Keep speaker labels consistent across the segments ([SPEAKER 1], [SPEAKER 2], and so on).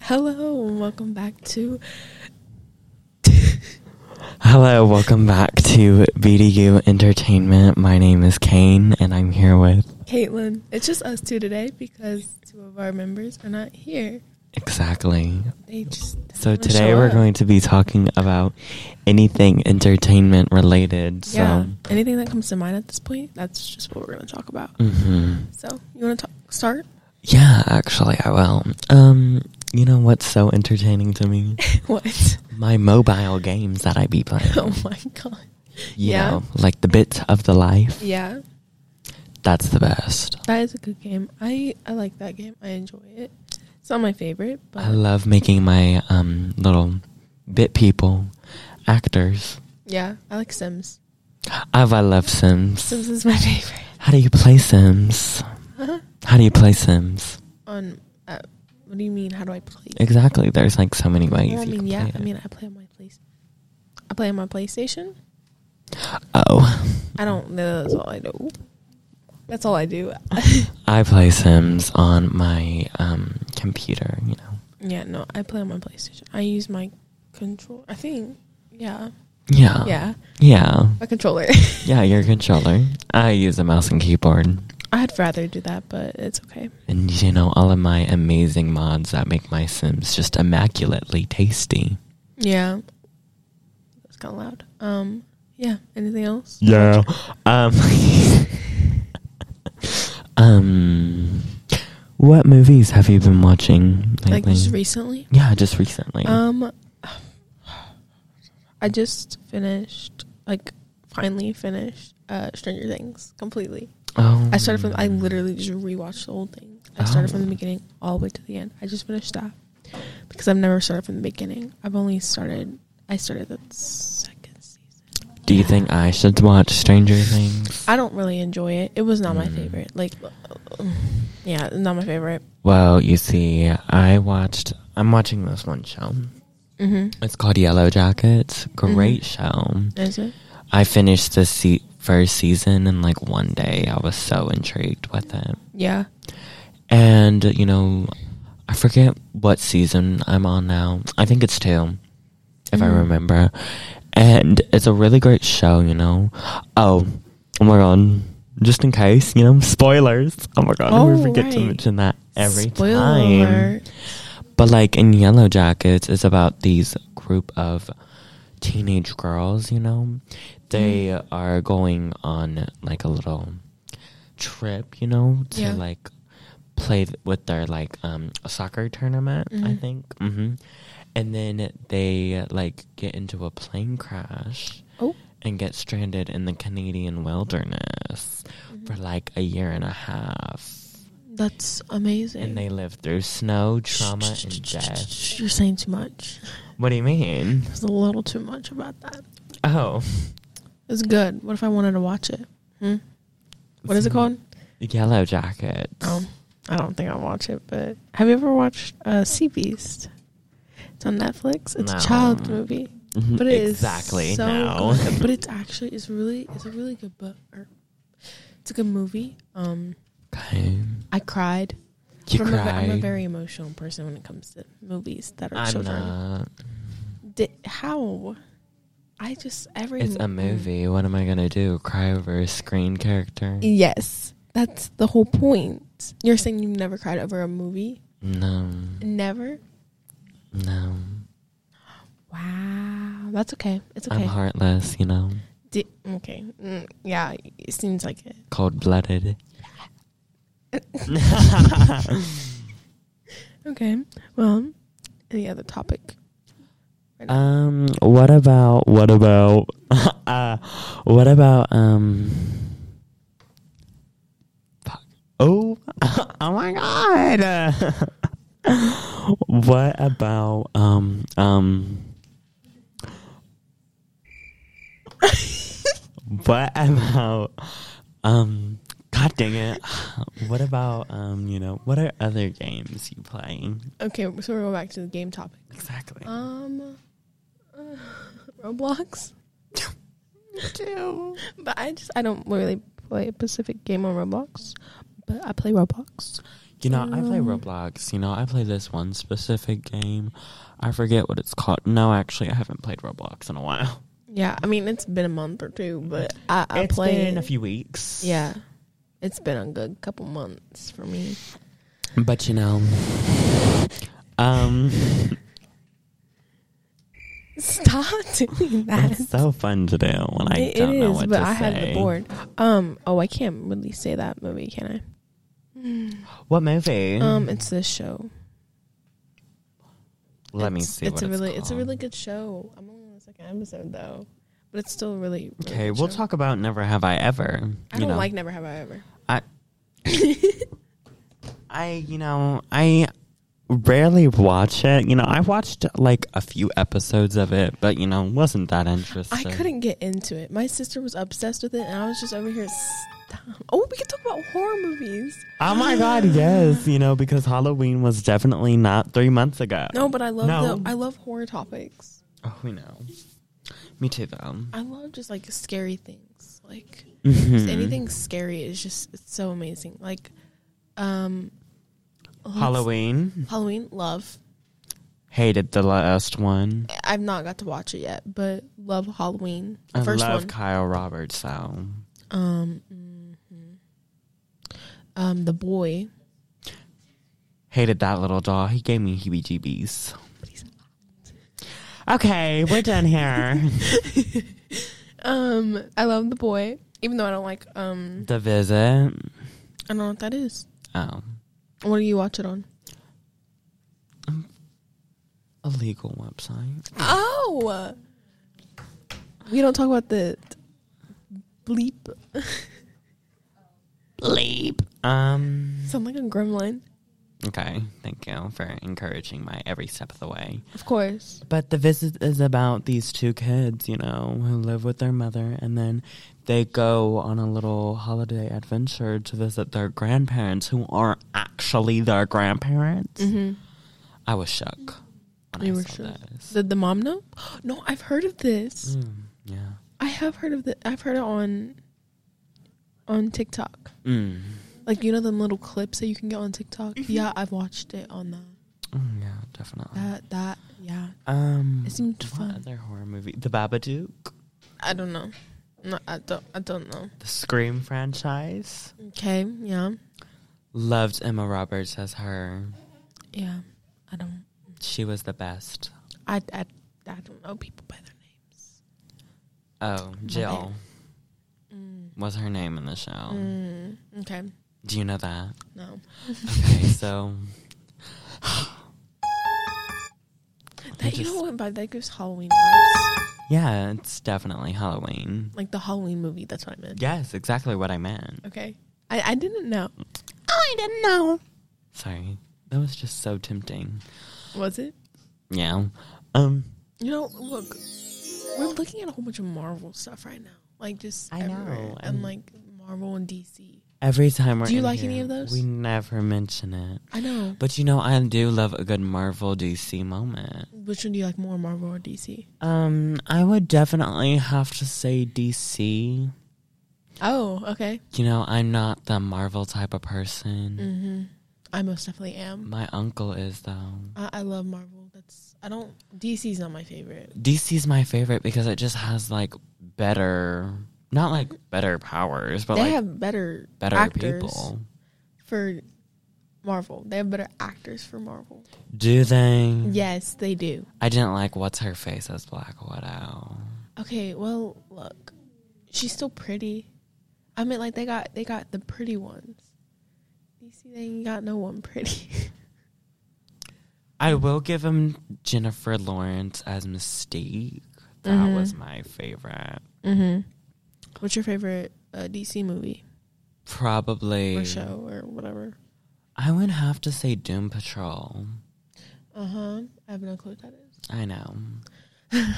[SPEAKER 1] Hello and welcome back to
[SPEAKER 2] Hello, welcome back to BDU Entertainment. My name is Kane, and I'm here with
[SPEAKER 1] Caitlin. It's just us two today because two of our members are not here.
[SPEAKER 2] exactly.
[SPEAKER 1] They just don't
[SPEAKER 2] So
[SPEAKER 1] wanna
[SPEAKER 2] today
[SPEAKER 1] show
[SPEAKER 2] we're
[SPEAKER 1] up.
[SPEAKER 2] going to be talking about anything entertainment related. So,
[SPEAKER 1] yeah. Anything that comes to mind at this point, that's just what we're going to talk about.
[SPEAKER 2] Mhm.
[SPEAKER 1] So you want to talk start?
[SPEAKER 2] yeah, actually, I will. Um, you know what's so entertaining to me?
[SPEAKER 1] what?
[SPEAKER 2] My mobile games that I be playing.
[SPEAKER 1] Oh my god.
[SPEAKER 2] You
[SPEAKER 1] yeah.
[SPEAKER 2] know, like the bits of the life.
[SPEAKER 1] Yeah,
[SPEAKER 2] That's the best.
[SPEAKER 1] that is a good game. I I like that game. I enjoy it. It's not my favorite, but
[SPEAKER 2] I love making my um little bit people actors.
[SPEAKER 1] yeah, I like Sims.
[SPEAKER 2] I've I love Sims.
[SPEAKER 1] Sims is my favorite.
[SPEAKER 2] How do you play Sims?
[SPEAKER 1] Huh?
[SPEAKER 2] How do you play Sims?
[SPEAKER 1] On uh, what do you mean? How do I play?
[SPEAKER 2] Exactly. There's like so many ways.
[SPEAKER 1] Well, I
[SPEAKER 2] you
[SPEAKER 1] mean,
[SPEAKER 2] can
[SPEAKER 1] yeah.
[SPEAKER 2] play
[SPEAKER 1] I
[SPEAKER 2] it.
[SPEAKER 1] mean, I play on my place. I play on my PlayStation.
[SPEAKER 2] oh,
[SPEAKER 1] I don't know. That's all I do. That's all I do.
[SPEAKER 2] I play Sims on my um computer. You know.
[SPEAKER 1] yeah, no, I play on my PlayStation. I use my control. I think. Yeah.
[SPEAKER 2] Yeah.
[SPEAKER 1] Yeah.
[SPEAKER 2] Yeah.
[SPEAKER 1] My controller.
[SPEAKER 2] Yeah. Your controller. I use a mouse and keyboard.
[SPEAKER 1] I'd rather do that, but it's okay.
[SPEAKER 2] And you know all of my amazing mods that make my Sims just immaculately tasty.
[SPEAKER 1] Yeah. That's kind of loud. Um. Yeah. Anything else?
[SPEAKER 2] Yeah. Um. um. What movies have you been watching lately?
[SPEAKER 1] Like just recently.
[SPEAKER 2] yeah, just recently.
[SPEAKER 1] Um. I just finished. Like finally finished. Uh, Stranger Things completely.
[SPEAKER 2] oh,
[SPEAKER 1] I started from. I literally just rewatched the whole thing. I started
[SPEAKER 2] Oh.
[SPEAKER 1] from the beginning all the way to the end. I just finished that because I've never started from the beginning. I've only started. I started the second season.
[SPEAKER 2] Do you think I should watch Stranger Things?
[SPEAKER 1] I don't really enjoy it. It was not my
[SPEAKER 2] Mm.
[SPEAKER 1] favorite. Like, uh, yeah, not my favorite.
[SPEAKER 2] Well, you see, I watched. I'm watching this one show.
[SPEAKER 1] hmm
[SPEAKER 2] It's called Yellow Jackets. Great
[SPEAKER 1] Mm-hmm.
[SPEAKER 2] show.
[SPEAKER 1] Is it?
[SPEAKER 2] I finished the se- first season in like one day. I was so intrigued with it.
[SPEAKER 1] Yeah.
[SPEAKER 2] And, you know, I forget what season I'm on now. I think it's two, if I
[SPEAKER 1] Mhm.
[SPEAKER 2] remember. And it's a really great show, you know. Oh, oh my god. Just in case, you know, spoilers. Oh my god,
[SPEAKER 1] Oh,
[SPEAKER 2] we forget to
[SPEAKER 1] right.
[SPEAKER 2] mention that every
[SPEAKER 1] Spoiler
[SPEAKER 2] time.
[SPEAKER 1] alert.
[SPEAKER 2] But like in Yellow Jackets, it's about these group of teenage girls, you know. They
[SPEAKER 1] Mm.
[SPEAKER 2] are going on like a little trip, you know, to
[SPEAKER 1] Yeah.
[SPEAKER 2] like play th- with their like um soccer tournament, I
[SPEAKER 1] Mhm.
[SPEAKER 2] think. hmm And then they like get into a plane crash
[SPEAKER 1] Oh.
[SPEAKER 2] and get stranded in the Canadian wilderness for like a year and a half.
[SPEAKER 1] That's amazing.
[SPEAKER 2] And they live through snow,
[SPEAKER 1] Shh,
[SPEAKER 2] trauma,
[SPEAKER 1] shh,
[SPEAKER 2] and
[SPEAKER 1] shh, shh,
[SPEAKER 2] death.
[SPEAKER 1] shh, shh. You're saying too much.
[SPEAKER 2] What do you mean?
[SPEAKER 1] There's a little too much about that.
[SPEAKER 2] Oh.
[SPEAKER 1] It's good. What if I wanted to watch it? Hmm? What
[SPEAKER 2] Mm.
[SPEAKER 1] is it called?
[SPEAKER 2] Yellow Jackets.
[SPEAKER 1] Um, I don't think I'll watch it, but have you ever watched uh, Sea Beast? It's on Netflix. It's
[SPEAKER 2] No.
[SPEAKER 1] a child movie, but it is
[SPEAKER 2] Mm-hmm. exactly
[SPEAKER 1] so
[SPEAKER 2] now.
[SPEAKER 1] good. But it's actually it's really it's a really good book. Or it's a good movie. Um,
[SPEAKER 2] Okay.
[SPEAKER 1] I cried.
[SPEAKER 2] You
[SPEAKER 1] I'm, A, I'm a
[SPEAKER 2] cried.
[SPEAKER 1] very emotional person when it comes to movies that are
[SPEAKER 2] I'm
[SPEAKER 1] children.
[SPEAKER 2] not.
[SPEAKER 1] Di- how? I just every
[SPEAKER 2] It's a
[SPEAKER 1] mo-
[SPEAKER 2] movie. What am I gonna do? Cry over a screen character?
[SPEAKER 1] E- Yes, that's the whole point. You're saying you've never cried over a movie?
[SPEAKER 2] No,
[SPEAKER 1] E- Never.
[SPEAKER 2] no.
[SPEAKER 1] Wow, that's okay. It's
[SPEAKER 2] I'm
[SPEAKER 1] okay.
[SPEAKER 2] heartless. You know,
[SPEAKER 1] Di- okay. Mm, yeah, it seems like it.
[SPEAKER 2] cold blooded.
[SPEAKER 1] Okay. Well, any other topic?
[SPEAKER 2] Um. What about? What about? uh, what about? Um. Fuck. Oh. oh my god. what about? Um. Um. what about? Um. God dang it. What about? Um. You know. What are other games you play?
[SPEAKER 1] Okay, so we're going back to the game topic.
[SPEAKER 2] Exactly.
[SPEAKER 1] Um, uh, Roblox. But I just I don't really play a specific game on Roblox, but I play Roblox.
[SPEAKER 2] You know, I play
[SPEAKER 1] Mm.
[SPEAKER 2] Roblox. You know, I play this one specific game. I forget what it's called. No, actually, I haven't played Roblox in a while.
[SPEAKER 1] Yeah, I mean it's been a month or two, but I, I
[SPEAKER 2] It's
[SPEAKER 1] play.
[SPEAKER 2] been a few weeks.
[SPEAKER 1] Yeah, it's been a good couple months for me.
[SPEAKER 2] But you know, um,
[SPEAKER 1] Stop doing that.
[SPEAKER 2] it's so fun to do when I
[SPEAKER 1] It-
[SPEAKER 2] don't
[SPEAKER 1] it
[SPEAKER 2] know
[SPEAKER 1] is,
[SPEAKER 2] what
[SPEAKER 1] but
[SPEAKER 2] to
[SPEAKER 1] I
[SPEAKER 2] say.
[SPEAKER 1] had the board. Um. Oh, I can't really say that movie, can I?
[SPEAKER 2] What movie?
[SPEAKER 1] Um, it's this show.
[SPEAKER 2] Let me
[SPEAKER 1] It's-
[SPEAKER 2] see.
[SPEAKER 1] It's
[SPEAKER 2] what
[SPEAKER 1] a really, it's a
[SPEAKER 2] called.
[SPEAKER 1] really good show. I'm only on the second episode though, but it's still really. really
[SPEAKER 2] Okay,
[SPEAKER 1] good
[SPEAKER 2] we'll
[SPEAKER 1] show.
[SPEAKER 2] talk about Never Have I Ever.
[SPEAKER 1] I
[SPEAKER 2] you
[SPEAKER 1] don't
[SPEAKER 2] know.
[SPEAKER 1] like Never Have I Ever.
[SPEAKER 2] I I you know, I rarely watch it. You know, I watched like a few episodes of it, but you know, wasn't that interesting.
[SPEAKER 1] I couldn't get into it. My sister was obsessed with it, and I was just over here. Stop. Oh, we can talk about horror movies.
[SPEAKER 2] Oh my god, yes, you know, because Halloween was definitely not 3 months ago.
[SPEAKER 1] No, but I love
[SPEAKER 2] No.
[SPEAKER 1] the I love horror topics.
[SPEAKER 2] Oh, we know. Me too though.
[SPEAKER 1] I love just like scary things. Like
[SPEAKER 2] Mhm.
[SPEAKER 1] anything scary is just it's so amazing. Like um let's-
[SPEAKER 2] Halloween
[SPEAKER 1] Halloween love.
[SPEAKER 2] hated the last one.
[SPEAKER 1] I've not got to watch it yet, but love Halloween. The
[SPEAKER 2] I
[SPEAKER 1] first
[SPEAKER 2] love
[SPEAKER 1] one.
[SPEAKER 2] Kyle Roberts though.
[SPEAKER 1] um mhm. um the boy.
[SPEAKER 2] Hated that little doll. He gave me heebie-jeebies.
[SPEAKER 1] But he's
[SPEAKER 2] Okay, we're done here.
[SPEAKER 1] um I love the boy, even though I don't like um
[SPEAKER 2] the visit.
[SPEAKER 1] I don't know what that is.
[SPEAKER 2] Oh,
[SPEAKER 1] What do you watch it on?
[SPEAKER 2] a legal website.
[SPEAKER 1] Oh, we don't talk about the bleep.
[SPEAKER 2] Bleep. Um.
[SPEAKER 1] Sound like a gremlin,
[SPEAKER 2] Okay. Thank you for encouraging my every step of the way.
[SPEAKER 1] of course.
[SPEAKER 2] But the visit is about these two kids, you know, who live with their mother, and then they go on a little holiday adventure to visit their grandparents, who are actually their grandparents. I was shook. When
[SPEAKER 1] Mm-hmm. You
[SPEAKER 2] I
[SPEAKER 1] were
[SPEAKER 2] saw
[SPEAKER 1] shook.
[SPEAKER 2] This.
[SPEAKER 1] Did the mom know? No, I've heard of this.
[SPEAKER 2] Mm, yeah.
[SPEAKER 1] I have heard of the. I've heard it on on TikTok.
[SPEAKER 2] Mm.
[SPEAKER 1] Like you know them little clips that you can get on TikTok. Yeah, I've watched it on that.
[SPEAKER 2] Mm, yeah, definitely.
[SPEAKER 1] That that yeah.
[SPEAKER 2] um,
[SPEAKER 1] It seemed
[SPEAKER 2] what
[SPEAKER 1] fun.
[SPEAKER 2] other horror movie? The Babadook.
[SPEAKER 1] I don't know. No, I don't. I don't know.
[SPEAKER 2] The Scream franchise.
[SPEAKER 1] Okay. Yeah.
[SPEAKER 2] Loved Emma Roberts as her.
[SPEAKER 1] Yeah. I don't.
[SPEAKER 2] She was the best.
[SPEAKER 1] I I, I don't know people by their names.
[SPEAKER 2] Oh, Jill was her name in the show.
[SPEAKER 1] Mm, okay.
[SPEAKER 2] Do you know that?
[SPEAKER 1] No.
[SPEAKER 2] Okay, so
[SPEAKER 1] That, you
[SPEAKER 2] just-
[SPEAKER 1] know what vibe that gives Halloween vibes?
[SPEAKER 2] yeah, it's definitely Halloween.
[SPEAKER 1] Like the Halloween movie, that's what I meant.
[SPEAKER 2] Yes, exactly what I meant.
[SPEAKER 1] Okay. I, I didn't know.
[SPEAKER 2] I didn't know. Sorry, that was just so tempting.
[SPEAKER 1] Was it?
[SPEAKER 2] Yeah. Um.
[SPEAKER 1] You know, look, we're looking at a whole bunch of Marvel stuff right now. Like just
[SPEAKER 2] I
[SPEAKER 1] everywhere.
[SPEAKER 2] know,
[SPEAKER 1] And
[SPEAKER 2] and-
[SPEAKER 1] like Marvel and DC.
[SPEAKER 2] Every time we're
[SPEAKER 1] Do you
[SPEAKER 2] in
[SPEAKER 1] like any
[SPEAKER 2] here,
[SPEAKER 1] of those?
[SPEAKER 2] We never mention it.
[SPEAKER 1] I know.
[SPEAKER 2] But you know, I do love a good Marvel DC moment.
[SPEAKER 1] Which one do you like more, Marvel or DC?
[SPEAKER 2] Um, I would definitely have to say DC.
[SPEAKER 1] Oh, okay.
[SPEAKER 2] You know, I'm not the Marvel type of person.
[SPEAKER 1] Mm-hmm. I most definitely am.
[SPEAKER 2] My uncle is though.
[SPEAKER 1] I, I love Marvel. That's I don't DC's not my favorite.
[SPEAKER 2] DC's my favorite because it just has like better, not like better powers, but
[SPEAKER 1] they
[SPEAKER 2] like
[SPEAKER 1] have better
[SPEAKER 2] better
[SPEAKER 1] actors.
[SPEAKER 2] people.
[SPEAKER 1] for Marvel. They have better actors for Marvel.
[SPEAKER 2] Do they?
[SPEAKER 1] Yes, they do.
[SPEAKER 2] I didn't like what's her face as Black Widow.
[SPEAKER 1] Okay, well, look. She's still pretty. I mean like they got they got the pretty ones. You see they ain't got no one pretty.
[SPEAKER 2] I will give him Jennifer Lawrence as Mystique. That
[SPEAKER 1] Mhm.
[SPEAKER 2] was my favorite.
[SPEAKER 1] mhm. What's your favorite uh, DC movie
[SPEAKER 2] Probably.
[SPEAKER 1] or show or whatever?
[SPEAKER 2] I would have to say Doom Patrol.
[SPEAKER 1] Uh-huh. I have no clue what that is.
[SPEAKER 2] I know.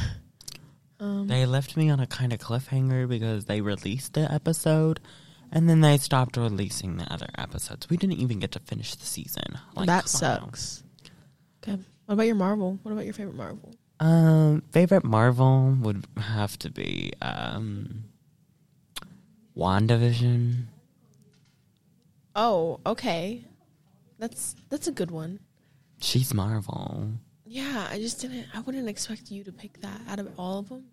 [SPEAKER 1] Um
[SPEAKER 2] They left me on a kind of cliffhanger because they released the episode and then they stopped releasing the other episodes. We didn't even get to finish the season. Like,
[SPEAKER 1] that
[SPEAKER 2] come on now.
[SPEAKER 1] sucks. Okay. What about your Marvel? What about your favorite Marvel?
[SPEAKER 2] Um, favorite Marvel would have to be um WandaVision.
[SPEAKER 1] Oh, okay. That's that's a good one.
[SPEAKER 2] She's Marvel.
[SPEAKER 1] Yeah, I just didn't. I wouldn't expect you to pick that out of all of them.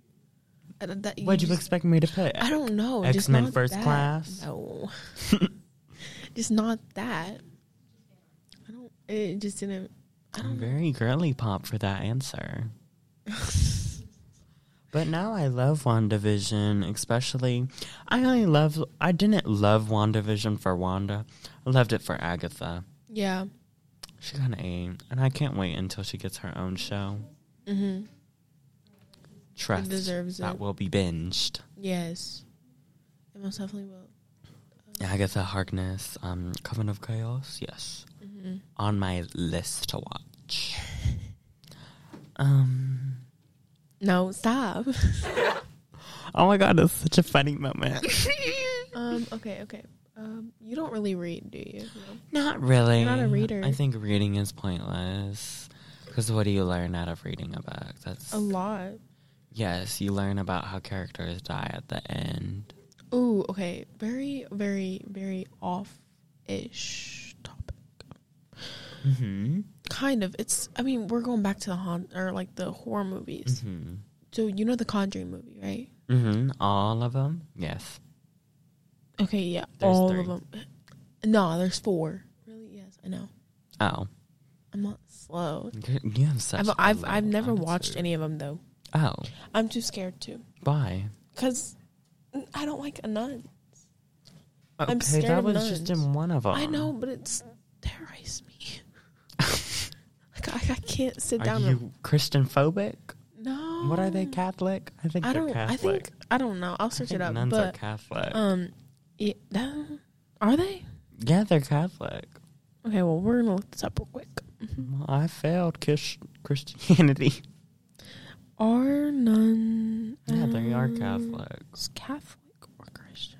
[SPEAKER 1] That
[SPEAKER 2] What'd you
[SPEAKER 1] just-
[SPEAKER 2] expect me to pick?
[SPEAKER 1] I don't know.
[SPEAKER 2] X Men
[SPEAKER 1] not
[SPEAKER 2] First
[SPEAKER 1] that.
[SPEAKER 2] Class?
[SPEAKER 1] No, just not that. I don't. It just didn't. I don't.
[SPEAKER 2] I'm very girly pop for that answer. but now I love WandaVision, especially. I only love. I didn't love WandaVision for Wanda. I loved it for Agatha.
[SPEAKER 1] yeah.
[SPEAKER 2] She kind of ain't, and I can't wait until she gets her own show.
[SPEAKER 1] Mm-hmm.
[SPEAKER 2] Trust
[SPEAKER 1] deserves
[SPEAKER 2] that
[SPEAKER 1] it.
[SPEAKER 2] will be binged.
[SPEAKER 1] Yes. It most definitely will.
[SPEAKER 2] Agatha Harkness, um, Coven of Chaos, yes,
[SPEAKER 1] Mm-hmm.
[SPEAKER 2] on my list to watch. um.
[SPEAKER 1] No, stop.
[SPEAKER 2] Oh my god, that's such a funny moment.
[SPEAKER 1] um. Okay. Okay. Um. You don't really read, do you? No.
[SPEAKER 2] Not really.
[SPEAKER 1] You're not a reader.
[SPEAKER 2] I think reading is pointless. Because what do you learn out of reading a book? That's
[SPEAKER 1] A lot.
[SPEAKER 2] yes, you learn about how characters die at the end.
[SPEAKER 1] Ooh. Okay. Very, very, very off-ish topic.
[SPEAKER 2] Mm-hmm.
[SPEAKER 1] Kind of. It's. I mean, we're going back to the haunt or like the horror movies.
[SPEAKER 2] Mm-hmm.
[SPEAKER 1] So you know the Conjuring movie, right?
[SPEAKER 2] Mm-hmm. All of them. Yes.
[SPEAKER 1] Okay. Yeah.
[SPEAKER 2] There's
[SPEAKER 1] all
[SPEAKER 2] three.
[SPEAKER 1] of them. No, there's four. Really? Yes. I know.
[SPEAKER 2] Oh,
[SPEAKER 1] I'm not slow.
[SPEAKER 2] you you have such.
[SPEAKER 1] I've
[SPEAKER 2] a
[SPEAKER 1] I've,
[SPEAKER 2] low
[SPEAKER 1] I've never
[SPEAKER 2] answer.
[SPEAKER 1] watched any of them though.
[SPEAKER 2] Oh,
[SPEAKER 1] I'm too scared to.
[SPEAKER 2] why?
[SPEAKER 1] Cause I don't like a nun.
[SPEAKER 2] Oh, Okay,
[SPEAKER 1] I'm scared
[SPEAKER 2] that
[SPEAKER 1] of
[SPEAKER 2] was just
[SPEAKER 1] nuns.
[SPEAKER 2] in one of them.
[SPEAKER 1] I know, but it's terrorized me. like I, I can't sit
[SPEAKER 2] Are
[SPEAKER 1] down.
[SPEAKER 2] you Christian phobic?
[SPEAKER 1] and, no.
[SPEAKER 2] What are they Catholic? I think
[SPEAKER 1] I
[SPEAKER 2] they're
[SPEAKER 1] don't. I
[SPEAKER 2] Catholic.
[SPEAKER 1] think I don't know. I'll search
[SPEAKER 2] think
[SPEAKER 1] it up.
[SPEAKER 2] Nuns are
[SPEAKER 1] But
[SPEAKER 2] Catholic.
[SPEAKER 1] um, yeah, that- are they?
[SPEAKER 2] yeah, they're Catholic.
[SPEAKER 1] Okay. Well, we're gonna look this up real quick.
[SPEAKER 2] Well, I failed kish- Christianity.
[SPEAKER 1] Are none?
[SPEAKER 2] Yeah, they are
[SPEAKER 1] um,
[SPEAKER 2] Catholics.
[SPEAKER 1] Catholic or Christian?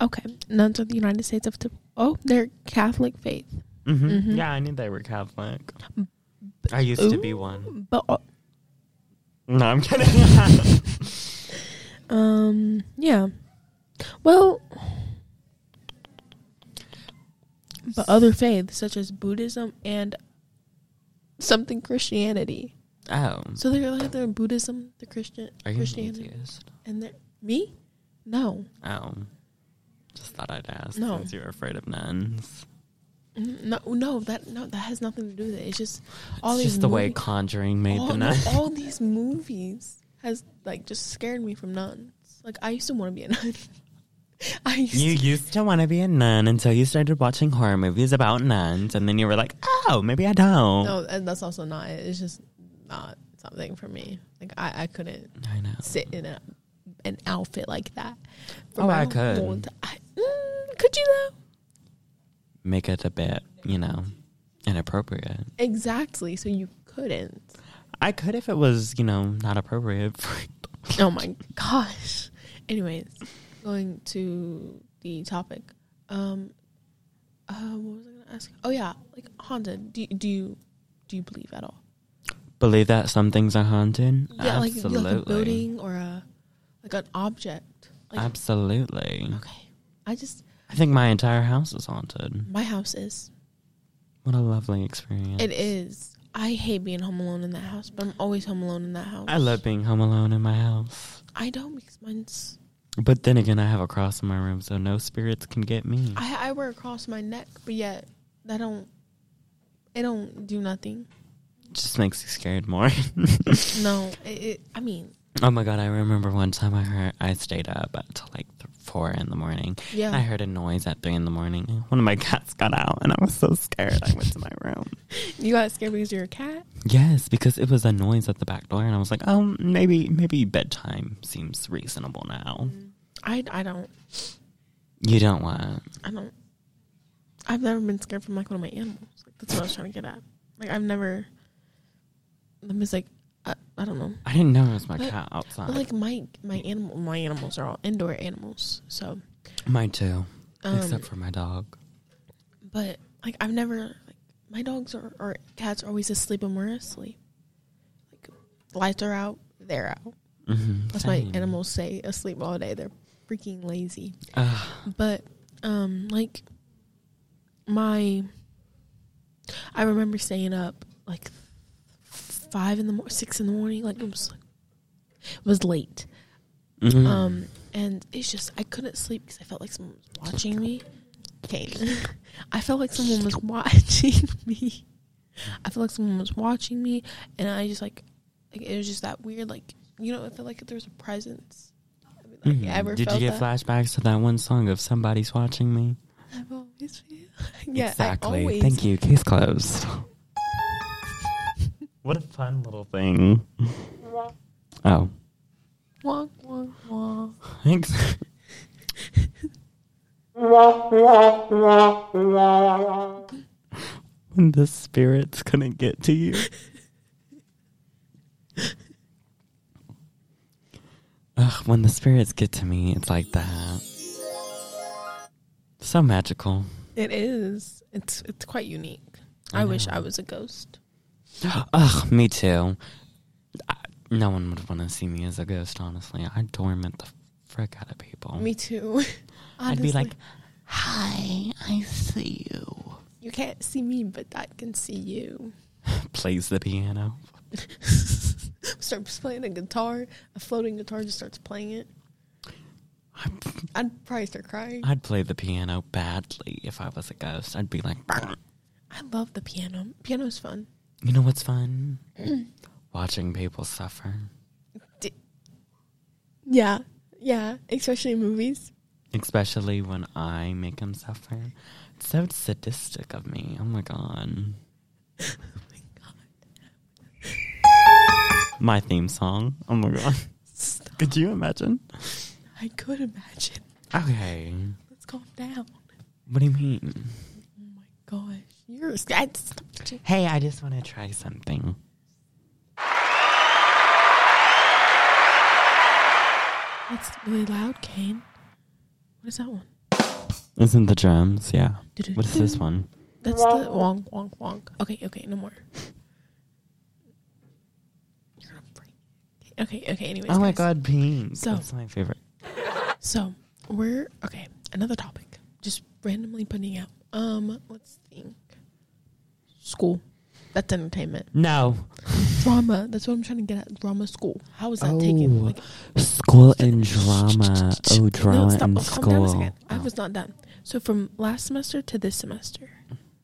[SPEAKER 1] Okay, nuns of the United States of. Tip- oh, they're Catholic faith.
[SPEAKER 2] Mm-hmm.
[SPEAKER 1] Mhm.
[SPEAKER 2] Yeah, I knew they were Catholic. I used to be
[SPEAKER 1] Ooh.
[SPEAKER 2] one.
[SPEAKER 1] But uh,
[SPEAKER 2] No, I'm kidding.
[SPEAKER 1] um, yeah. Well, but other faiths such as Buddhism and something Christianity.
[SPEAKER 2] oh,
[SPEAKER 1] So they're like they're Buddhism, the Christian,
[SPEAKER 2] are you an
[SPEAKER 1] Christianity,
[SPEAKER 2] atheist?
[SPEAKER 1] and they're me. No,
[SPEAKER 2] Oh, just thought I'd ask
[SPEAKER 1] No.
[SPEAKER 2] since you're afraid of nuns.
[SPEAKER 1] Mm, no, no. That no, that has nothing to do with it. It's just all
[SPEAKER 2] it's
[SPEAKER 1] these
[SPEAKER 2] just the way
[SPEAKER 1] movie-
[SPEAKER 2] Conjuring made
[SPEAKER 1] all,
[SPEAKER 2] the
[SPEAKER 1] no,
[SPEAKER 2] nun.
[SPEAKER 1] all these movies has like just scared me from nuns. Like I used to want to be a nun. I used
[SPEAKER 2] You
[SPEAKER 1] to
[SPEAKER 2] used to want to be a nun until you started watching horror movies about nuns, and then you were like, "Oh, maybe I don't."
[SPEAKER 1] No, and that's also not it. It's just not something for me. Like I, I couldn't
[SPEAKER 2] I know.
[SPEAKER 1] sit in a an outfit like that.
[SPEAKER 2] Oh,
[SPEAKER 1] my
[SPEAKER 2] I could.
[SPEAKER 1] whole t- I- mm, could you though?
[SPEAKER 2] Make it a bit, you know, inappropriate.
[SPEAKER 1] Exactly. So you couldn't.
[SPEAKER 2] I could if it was, you know, not appropriate. For
[SPEAKER 1] Oh my gosh. Anyways, going to the topic. Um, uh, what was I gonna ask? Oh yeah, like haunted. Do do you do you believe at all?
[SPEAKER 2] Believe that some things are haunted?
[SPEAKER 1] Yeah, like, like a building or a like an object. Like,
[SPEAKER 2] Absolutely.
[SPEAKER 1] okay. I just
[SPEAKER 2] I think my entire house is haunted.
[SPEAKER 1] My house is.
[SPEAKER 2] What a lovely experience.
[SPEAKER 1] It is. I hate being home alone in that house, but I'm always home alone in that house.
[SPEAKER 2] I love being home alone in my house.
[SPEAKER 1] I don't because mine's.
[SPEAKER 2] But then again, I have a cross in my room, so no spirits can get me.
[SPEAKER 1] I I wear across my neck, but yet that don't. It don't do nothing.
[SPEAKER 2] just makes you scared more.
[SPEAKER 1] No, it. it I mean,
[SPEAKER 2] oh my god, I remember one time I heard I stayed up until like th- four in the morning.
[SPEAKER 1] Yeah.
[SPEAKER 2] I heard a noise at three in the morning. One of my cats got out, and I was so scared. I went to my room.
[SPEAKER 1] you got scared because you're a cat.
[SPEAKER 2] Yes, because it was a noise at the back door, and I was like, um, maybe maybe bedtime seems reasonable now.
[SPEAKER 1] Mm-hmm. I I don't.
[SPEAKER 2] You don't want.
[SPEAKER 1] I don't. I've never been scared from like one of my animals. Like that's what I was trying to get at. Like I've never. I'm just like I, I don't know.
[SPEAKER 2] I didn't know it was my
[SPEAKER 1] But-
[SPEAKER 2] cat outside.
[SPEAKER 1] But like my my animal my animals are all indoor animals, so.
[SPEAKER 2] Mine too,
[SPEAKER 1] Um,
[SPEAKER 2] except for my dog.
[SPEAKER 1] but like I've never like my dogs or, or cats are always asleep and we're asleep. Like lights are out, they're out.
[SPEAKER 2] Mm-hmm,
[SPEAKER 1] That's why animals say asleep all day. They're freaking lazy.
[SPEAKER 2] Ugh,
[SPEAKER 1] But um like my I remember staying up like five in the morning, six in the morning. Like it was, it was late.
[SPEAKER 2] Mhm.
[SPEAKER 1] Um, and it's just I couldn't sleep because I felt like someone was watching me. Okay, I felt like someone was watching me. I felt like someone was watching me, and I just like, like it was just that weird like you know I felt like there was a presence. I mean, like,
[SPEAKER 2] Mhm.
[SPEAKER 1] ever
[SPEAKER 2] Did
[SPEAKER 1] felt
[SPEAKER 2] you get
[SPEAKER 1] that?
[SPEAKER 2] flashbacks to that one song of "Somebody's Watching Me"?
[SPEAKER 1] I've always feel. yeah,
[SPEAKER 2] exactly.
[SPEAKER 1] I always
[SPEAKER 2] Thank you. Case closed. what a fun little thing. Oh,
[SPEAKER 1] Wah, wah, wah.
[SPEAKER 2] thanks. when the spirits couldn't get to you. Ugh, when the spirits get to me, it's like that. So magical.
[SPEAKER 1] It is. It's it's quite unique. I, wish I was a ghost.
[SPEAKER 2] Ugh, me too. I, no one would want to see me as a ghost, honestly. I'd torment the frick out of people.
[SPEAKER 1] Me too.
[SPEAKER 2] I'd be
[SPEAKER 1] Honestly.
[SPEAKER 2] like, hi, I see you.
[SPEAKER 1] you can't see me, but I can see you.
[SPEAKER 2] Plays the piano.
[SPEAKER 1] starts playing a guitar, a floating guitar, just starts playing it. I'd probably start crying.
[SPEAKER 2] I'd play the piano badly if I was a ghost. I'd be like, "Brr."
[SPEAKER 1] I love the piano. Piano's fun.
[SPEAKER 2] you know what's fun? Watching people suffer.
[SPEAKER 1] Yeah, yeah. Especially in movies.
[SPEAKER 2] Especially when I make them suffer. It's so sadistic of me. Oh my god.
[SPEAKER 1] Oh my god!
[SPEAKER 2] My theme song. Oh my god.
[SPEAKER 1] Stop.
[SPEAKER 2] Could you imagine?
[SPEAKER 1] I could imagine.
[SPEAKER 2] Okay.
[SPEAKER 1] Let's calm down.
[SPEAKER 2] What do you mean?
[SPEAKER 1] Oh my gosh! You're. I, stop.
[SPEAKER 2] Hey, I just want to try something.
[SPEAKER 1] That's really loud, Kane. What is that one?
[SPEAKER 2] Isn't the drums? Yeah. What is this one?
[SPEAKER 1] That's the wonk wonk wonk. Okay, okay, no more. You're gonna break. Okay, okay. Anyways,
[SPEAKER 2] Oh my
[SPEAKER 1] guys.
[SPEAKER 2] god, pink.
[SPEAKER 1] So-
[SPEAKER 2] That's my favorite.
[SPEAKER 1] So we're okay. Another topic. Just randomly putting out. Um, let's think. School. That's entertainment.
[SPEAKER 2] No.
[SPEAKER 1] Drama. That's what I'm trying to get at. Drama school. How is that
[SPEAKER 2] Oh,
[SPEAKER 1] taken? Like,
[SPEAKER 2] School and drama. Oh, drama and
[SPEAKER 1] Oh, calm down a
[SPEAKER 2] school.
[SPEAKER 1] second. I was not done. So from last semester to this semester,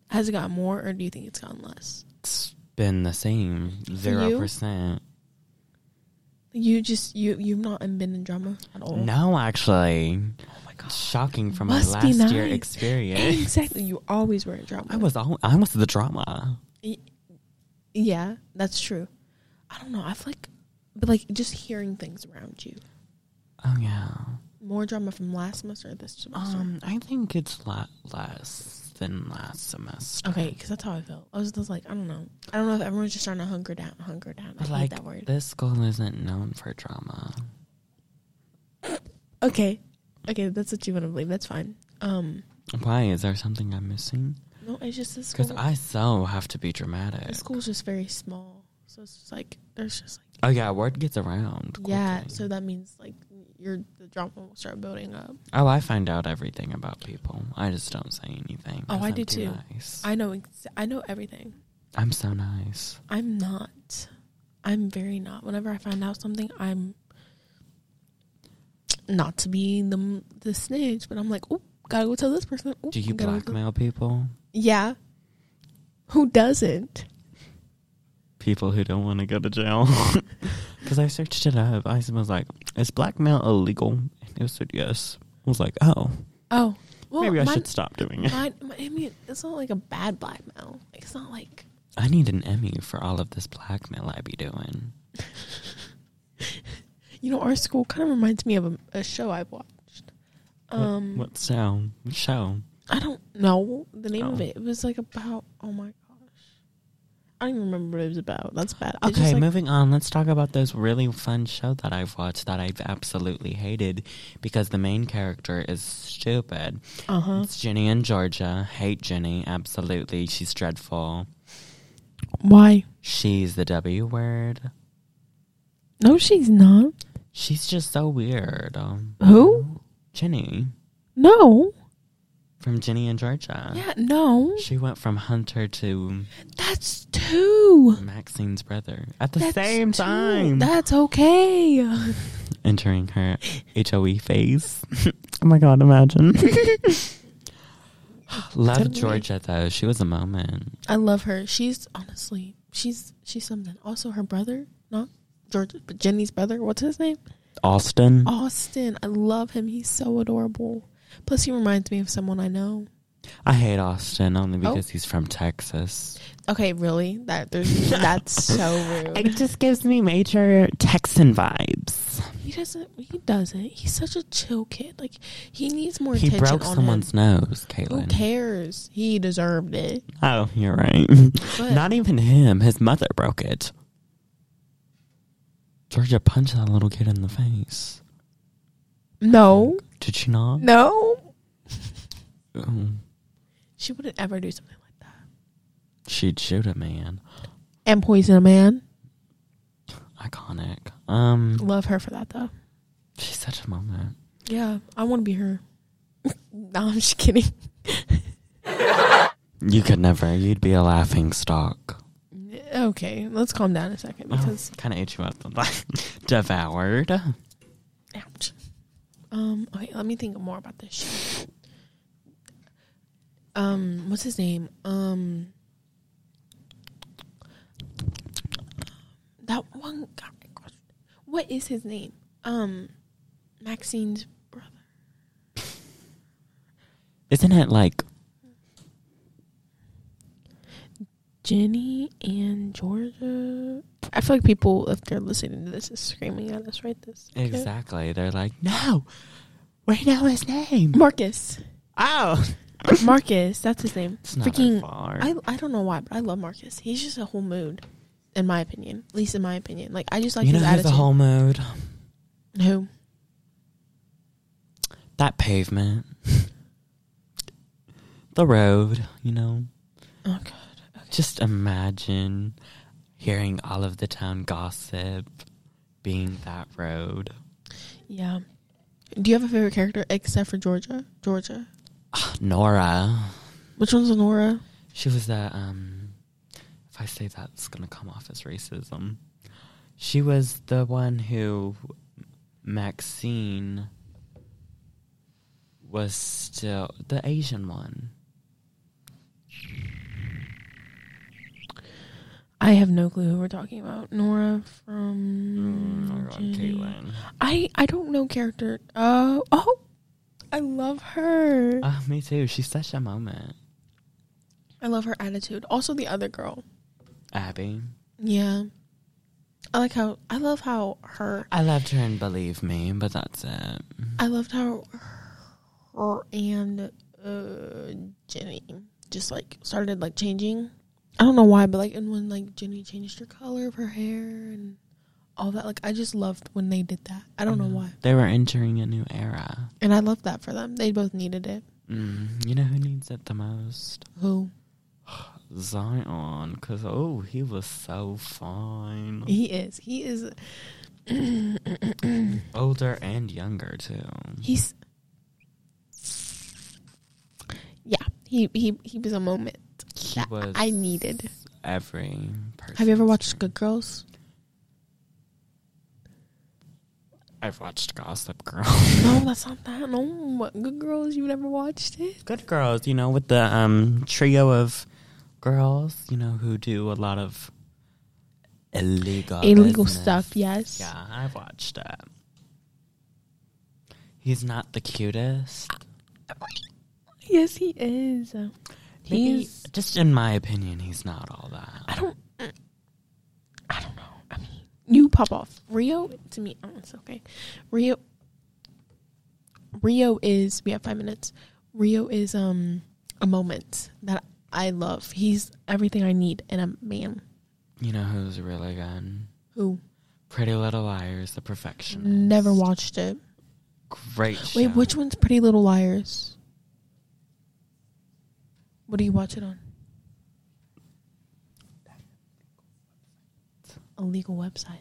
[SPEAKER 1] has it gotten more, or do you think it's gotten less?
[SPEAKER 2] It's been the same.
[SPEAKER 1] you?
[SPEAKER 2] Zero percent.
[SPEAKER 1] You just you you've not been in drama at all.
[SPEAKER 2] No, actually.
[SPEAKER 1] Oh my gosh.
[SPEAKER 2] Shocking from
[SPEAKER 1] Must
[SPEAKER 2] my
[SPEAKER 1] be
[SPEAKER 2] last year
[SPEAKER 1] nice.
[SPEAKER 2] experience.
[SPEAKER 1] Exactly. You always were in drama.
[SPEAKER 2] I was all, I was the drama.
[SPEAKER 1] Yeah, that's true. I don't know. I feel like, but like just hearing things around you.
[SPEAKER 2] Oh yeah.
[SPEAKER 1] More drama from last semester or this semester.
[SPEAKER 2] Um, I think it's lot less than last semester.
[SPEAKER 1] okay, because that's how I felt. I was just like, I don't know. I don't know if everyone's just trying to hunker down, hunker down. I
[SPEAKER 2] But
[SPEAKER 1] hate
[SPEAKER 2] like
[SPEAKER 1] that word.
[SPEAKER 2] this school isn't known for drama.
[SPEAKER 1] okay, okay, that's what you want to believe. That's fine. Um,
[SPEAKER 2] Why is there something I'm missing?
[SPEAKER 1] no, it's just this
[SPEAKER 2] Because
[SPEAKER 1] school.
[SPEAKER 2] I so have to be
[SPEAKER 1] The
[SPEAKER 2] dramatic.
[SPEAKER 1] school's just very small, so it's just like there's just like
[SPEAKER 2] Oh yeah, word gets around.
[SPEAKER 1] yeah.
[SPEAKER 2] quickly.
[SPEAKER 1] So that means like your the drama will start building up.
[SPEAKER 2] oh, I find out everything about people. I just don't say anything.
[SPEAKER 1] Oh,
[SPEAKER 2] 'cause
[SPEAKER 1] I
[SPEAKER 2] I'm
[SPEAKER 1] do too.
[SPEAKER 2] Nice.
[SPEAKER 1] I know. Ex- I know everything.
[SPEAKER 2] I'm so nice.
[SPEAKER 1] I'm not. I'm very not. Whenever I find out something, I'm not to be the the snitch, but I'm like, oh, gotta go tell this person. Oop,
[SPEAKER 2] Do you
[SPEAKER 1] gotta go tell-"
[SPEAKER 2] blackmail people?
[SPEAKER 1] Yeah. Who doesn't?
[SPEAKER 2] People who don't want to go to jail. Because I searched it up. I was like, "Is blackmail illegal?" And it said yes. I was like, "Oh,
[SPEAKER 1] Oh, well,
[SPEAKER 2] maybe I
[SPEAKER 1] mine-
[SPEAKER 2] should stop doing it."
[SPEAKER 1] mine- my- I mean, it's not like a bad blackmail. Like, It's not like
[SPEAKER 2] I need an Emmy for all of this blackmail I be doing.
[SPEAKER 1] you know. Our school kind of reminds me of a, a show I watched. Um,
[SPEAKER 2] what, what show? What show?
[SPEAKER 1] I don't know the name of
[SPEAKER 2] Oh.
[SPEAKER 1] it. It was like about. Oh my gosh, I don't even remember what it was about. That's bad. It's just
[SPEAKER 2] Okay,
[SPEAKER 1] like-
[SPEAKER 2] moving on. Let's talk about this really fun show that I've watched that I've absolutely hated because the main character is stupid.
[SPEAKER 1] Uh huh.
[SPEAKER 2] It's Jenny and Georgia. Hate Jenny, absolutely. She's dreadful.
[SPEAKER 1] Why?
[SPEAKER 2] She's the W word.
[SPEAKER 1] No, she's not.
[SPEAKER 2] She's just so weird. Um,
[SPEAKER 1] Who?
[SPEAKER 2] Jenny.
[SPEAKER 1] No.
[SPEAKER 2] From Ginny and Georgia.
[SPEAKER 1] Yeah, no.
[SPEAKER 2] She went from Hunter to
[SPEAKER 1] That's two.
[SPEAKER 2] Maxine's brother at the
[SPEAKER 1] That's
[SPEAKER 2] same
[SPEAKER 1] two.
[SPEAKER 2] time.
[SPEAKER 1] That's okay.
[SPEAKER 2] entering her HOE phase. oh my god, imagine.
[SPEAKER 1] Totally.
[SPEAKER 2] Love Georgia though. She was a moment.
[SPEAKER 1] I love her. She's honestly, she's she's something. Also, her brother, not George, but Jenny's brother. What's his name?
[SPEAKER 2] Austin.
[SPEAKER 1] Austin. I love him. He's so adorable. Plus, he reminds me of someone I know.
[SPEAKER 2] I hate Austin only
[SPEAKER 1] Oh.
[SPEAKER 2] because he's from Texas.
[SPEAKER 1] Okay, really? That there's that's so rude.
[SPEAKER 2] It just gives me major Texan vibes.
[SPEAKER 1] He doesn't. He doesn't. He's such a chill kid. Like he needs more
[SPEAKER 2] He
[SPEAKER 1] attention
[SPEAKER 2] broke
[SPEAKER 1] on
[SPEAKER 2] someone's
[SPEAKER 1] him.
[SPEAKER 2] nose,
[SPEAKER 1] Who
[SPEAKER 2] Caitlin.
[SPEAKER 1] cares? He deserved it.
[SPEAKER 2] Oh, you're right.
[SPEAKER 1] But
[SPEAKER 2] Not even him. His mother broke it. Georgia punched that little kid in the face.
[SPEAKER 1] no,
[SPEAKER 2] Did she not?
[SPEAKER 1] no.
[SPEAKER 2] Oh,
[SPEAKER 1] She wouldn't ever do something like that.
[SPEAKER 2] She'd shoot a man.
[SPEAKER 1] And poison a man.
[SPEAKER 2] Iconic. Um.
[SPEAKER 1] Love her for that though.
[SPEAKER 2] She's such a moment.
[SPEAKER 1] Yeah, I want to be her. no, I'm just kidding.
[SPEAKER 2] You could never. You'd be a laughing stock.
[SPEAKER 1] Okay, let's calm down a second because
[SPEAKER 2] kind of ate you up. Devoured.
[SPEAKER 1] ouch. Um, okay, let me think more about this. Shit. Um, what's his name? Um, that one guy. gosh, What is his name? Um, Maxine's brother.
[SPEAKER 2] Isn't it like
[SPEAKER 1] Jenny and Georgia. I feel like people, if they're listening to this, is screaming at us right this. second.
[SPEAKER 2] exactly? They're like, no, we know his name.
[SPEAKER 1] Marcus.
[SPEAKER 2] Oh,
[SPEAKER 1] Marcus, that's his name.
[SPEAKER 2] it's not
[SPEAKER 1] Freaking-
[SPEAKER 2] that far.
[SPEAKER 1] I, I don't know why, but I love Marcus. He's just a whole mood, in my opinion. At least in my opinion. Like I just like
[SPEAKER 2] you know
[SPEAKER 1] his
[SPEAKER 2] who's
[SPEAKER 1] attitude.
[SPEAKER 2] a whole mood?
[SPEAKER 1] Who?
[SPEAKER 2] That pavement, the road. You know,
[SPEAKER 1] Oh god.
[SPEAKER 2] just imagine hearing all of the town gossip, being that road.
[SPEAKER 1] Yeah. Do you have a favorite character except for Georgia? Georgia.
[SPEAKER 2] Nora.
[SPEAKER 1] Which one's Honora?
[SPEAKER 2] She was a. Um, if I say that, it's gonna come off as racism. She was the one who Maxine was still the Asian one.
[SPEAKER 1] I have no clue who we're talking about. Nora from
[SPEAKER 2] Mm,
[SPEAKER 1] Jenny.
[SPEAKER 2] Mm-hmm.
[SPEAKER 1] I I don't know character. Uh oh. I love her.
[SPEAKER 2] Ah, me too. She's such a moment.
[SPEAKER 1] I love her attitude. Also the other girl.
[SPEAKER 2] Abby,
[SPEAKER 1] Yeah. I like how I love how her
[SPEAKER 2] I loved her and believe me, but that's it.
[SPEAKER 1] I loved how her and uh, Jenny just like started like changing. I don't know why, but like and when like Jenny changed her color of her hair and all that, like I just loved when they did that. I don't know why,
[SPEAKER 2] They were entering a new era.
[SPEAKER 1] and I loved that for them. They both needed it.
[SPEAKER 2] Mm, you know who needs it the most?
[SPEAKER 1] Who
[SPEAKER 2] Zion, because oh, he was so fine.
[SPEAKER 1] he is? He is.
[SPEAKER 2] Older and younger too.
[SPEAKER 1] He's. Yeah, he he he was a moment
[SPEAKER 2] He
[SPEAKER 1] that
[SPEAKER 2] was
[SPEAKER 1] I needed.
[SPEAKER 2] every person.
[SPEAKER 1] Have you ever watched Good Girls?
[SPEAKER 2] I've watched Gossip Girl.
[SPEAKER 1] No, that's not that. No, what Good Girls? You never watched it?
[SPEAKER 2] Good girls, you know, with the um trio of girls, you know, who do a lot of illegal
[SPEAKER 1] illegal
[SPEAKER 2] business.
[SPEAKER 1] stuff. Yes.
[SPEAKER 2] Yeah, I've watched it. He's not the cutest.
[SPEAKER 1] Yes, he is.
[SPEAKER 2] Maybe,
[SPEAKER 1] He's.
[SPEAKER 2] just in my opinion, he's not all that.
[SPEAKER 1] I don't. I don't know. I mean, you pop off Rio to me. Oh, it's okay. Rio. Rio is. We have five minutes. Rio is um a moment that I love. He's everything I need in a man.
[SPEAKER 2] You know who's really good?
[SPEAKER 1] Who
[SPEAKER 2] Pretty Little Liars, The Perfectionist.
[SPEAKER 1] never watched it.
[SPEAKER 2] Great show.
[SPEAKER 1] Wait, which one's Pretty Little Liars? What do you watch it on? Illegal website.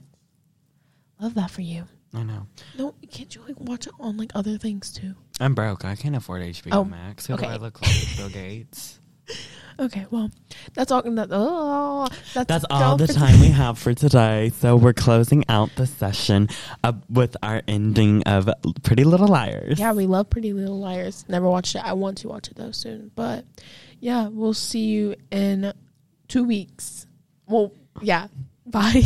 [SPEAKER 1] Love that for you.
[SPEAKER 2] I know.
[SPEAKER 1] No, can't you like watch it on like other things too?
[SPEAKER 2] I'm broke. I can't afford HBO
[SPEAKER 1] Oh,
[SPEAKER 2] Max. Who do
[SPEAKER 1] okay.
[SPEAKER 2] I look like? Bill Gates.
[SPEAKER 1] Okay, well, that's all. That, oh, that's,
[SPEAKER 2] That's all the time we have for today. So we're closing out the session uh, with our ending of Pretty Little Liars.
[SPEAKER 1] Yeah, we love Pretty Little Liars. Never watched it. I want to watch it though soon. But yeah, we'll see you in two weeks. Well, yeah. Bye.